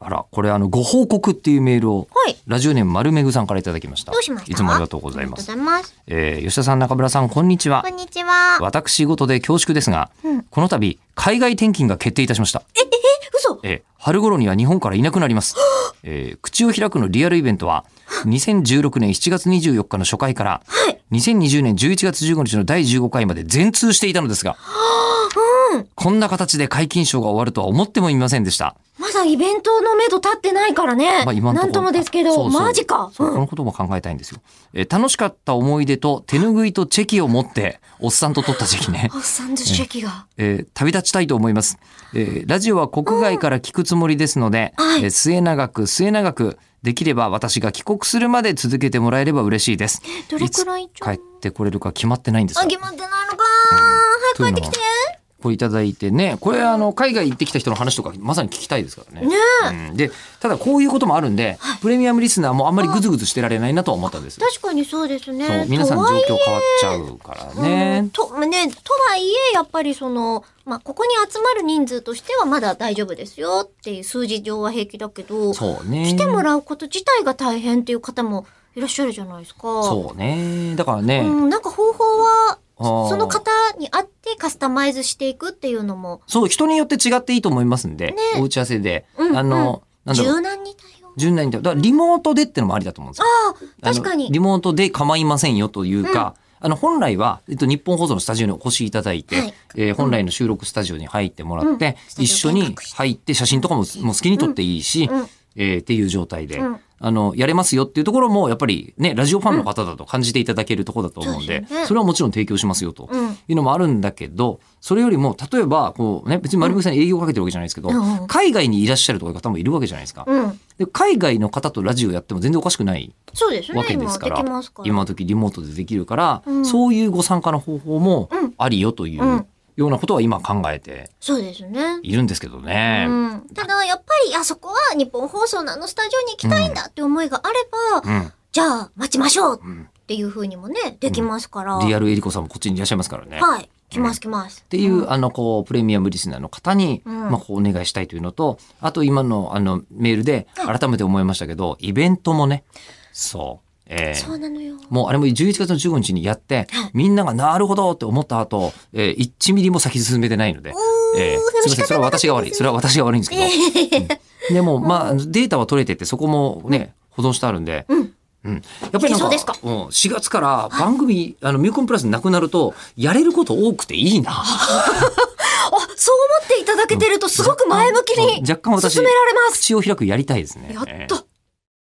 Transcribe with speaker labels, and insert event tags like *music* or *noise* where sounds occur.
Speaker 1: あら、これあの、ご報告っていうメールを、
Speaker 2: はい
Speaker 1: ラジオネーム丸めぐさんからいただきました。
Speaker 2: どうしました
Speaker 1: いつもありがとうございま
Speaker 2: あ
Speaker 1: す。
Speaker 2: りがとうございます。
Speaker 1: えー、吉田さん、中村さん、こんにちは
Speaker 2: こ。んにちは。
Speaker 1: 私事で恐縮ですが、
Speaker 2: うん
Speaker 1: この度、海外転勤が決定いたしました。
Speaker 2: 嘘
Speaker 1: えー春頃には日本からいなくなります。えー口を開くのリアルイベントは、2016年7月24日の初回から、2020年11月15日の第15回まで全通していたのですが、こんな形で解禁賞が終わるとは思ってもいませんでした。
Speaker 2: まだイベントの目処立ってないからね。
Speaker 1: まあ今のところ
Speaker 2: なんともですけど、
Speaker 1: そうそう
Speaker 2: マジか。
Speaker 1: そう
Speaker 2: うん
Speaker 1: このことも考えたいんですよ。えー楽しかった思い出と手拭いとチェキを持って、おっさんと撮ったチェキ
Speaker 2: *laughs*
Speaker 1: ね。
Speaker 2: おっさんとシェキが。
Speaker 1: えー旅立ちたいと思います、えーラジオは国外から聞くつもりですので、
Speaker 2: うんはい
Speaker 1: えー末永く末永くできれば私が帰国するまで続けてもらえれば嬉しいです
Speaker 2: どれくらい
Speaker 1: つ帰ってこれるか決まってないんです
Speaker 2: あ、
Speaker 1: よ
Speaker 2: 決まってないのか。
Speaker 1: というのは
Speaker 2: 早く帰ってきて。
Speaker 1: これいただいてねこれあの海外行ってきた人の話とかまさに聞きたいですからね
Speaker 2: ねえ。
Speaker 1: うんでただこういうこともあるんで、プレミアムリスナーもあんまりグズグズしてられないなとは思ったんです
Speaker 2: 確かにそうです
Speaker 1: そう
Speaker 2: ね。
Speaker 1: 皆さん
Speaker 2: と
Speaker 1: 状
Speaker 2: はい
Speaker 1: 況変わっちゃうから
Speaker 2: う
Speaker 1: ね
Speaker 2: ん、と、ね、とはいえ、やっぱりその、まあ、ここに集まる人数としてはまだ大丈夫ですよっていう数字上は平気だけど、
Speaker 1: そうね
Speaker 2: 来てもらうこと自体が大変っていう方もいらっしゃるじゃないですか。
Speaker 1: そうねだからね、
Speaker 2: うん、なんか方法は、
Speaker 1: あー
Speaker 2: その方に合ってカスタマイズしていくっていうのも、
Speaker 1: そう、人によって違っていいと思いますんで、お打ち合わせで。
Speaker 2: うん
Speaker 1: あの、なんだろう。
Speaker 2: 柔軟に対応。
Speaker 1: 柔軟にだからリモートでってのもありだと思うんですよ。
Speaker 2: ああ、
Speaker 1: あの
Speaker 2: 確かに。
Speaker 1: リモートで構いませんよというか、あの、本来は、えっと、日本放送のスタジオにお越しいただいて、
Speaker 2: はい
Speaker 1: えー本来の収録スタジオに入ってもらって、
Speaker 2: うん
Speaker 1: 一緒に入って写真とかももう好きに撮っていいし、
Speaker 2: うん
Speaker 1: えーっていう状態で、
Speaker 2: うん
Speaker 1: あの、やれますよっていうところも、やっぱりね、ラジオファンの方だと感じていただけるところだと思うん
Speaker 2: う
Speaker 1: で
Speaker 2: んそうです、ね
Speaker 1: それはもちろん提供しますよと。
Speaker 2: うん。
Speaker 1: いうのもあるんだけど、それよりも、例えば、こうね、別に丸口さんに営業かけてるわけじゃないですけど、
Speaker 2: うん
Speaker 1: 海外にいらっしゃるとかいう方もいるわけじゃないですか。
Speaker 2: うん。
Speaker 1: で海外の方とラジオやっても全然おかしくない
Speaker 2: そうですね
Speaker 1: わ。けで
Speaker 2: 今
Speaker 1: す
Speaker 2: で
Speaker 1: か
Speaker 2: き
Speaker 1: ら、
Speaker 2: ますから。
Speaker 1: 今時リモートでできるから、
Speaker 2: うん
Speaker 1: そういうご参加の方法も
Speaker 2: うん
Speaker 1: ありよという、
Speaker 2: うん
Speaker 1: ようなことは今考えて
Speaker 2: そうですね。
Speaker 1: いるんですけどね。
Speaker 2: うん、ただ、やっぱり、あそこは日本放送のあのスタジオに行きたいんだって思いがあれば、
Speaker 1: うん
Speaker 2: じゃあ、待ちましょう
Speaker 1: うん
Speaker 2: っていう風にもね、できますから。
Speaker 1: リアルエリコさんもこっちにいらっしゃいますからね。
Speaker 2: はい。来ます来ます。っ
Speaker 1: っていう、あの、こう、プレミアムリスナーの方に、
Speaker 2: うん
Speaker 1: まあ、こう、お願いしたいというのと、あと、今の、あの、メールで、改めて思いましたけど、イベントもね、そう、えー
Speaker 2: そうなのよ。
Speaker 1: もう、あれも11月の15日にやって
Speaker 2: はい、
Speaker 1: みんなが、なるほどって思った後、えー、1ミリも先進めてないので、
Speaker 2: ー
Speaker 1: えーすみません、それは私が悪い。それは私が悪いんですけど、うんでも、まあ、データは取れてて、そこもね、保存してあるんで、
Speaker 2: うん。
Speaker 1: うん、やっぱりなん
Speaker 2: いけそうですか
Speaker 1: うん、4月から番組、あの、ミューコンプラスなくなると、やれること多くていいな。
Speaker 2: あ、そう思っていただけてるとすごく前向きに
Speaker 1: 若干若干私
Speaker 2: 進められます。
Speaker 1: 口を開くやりたいですね。
Speaker 2: やった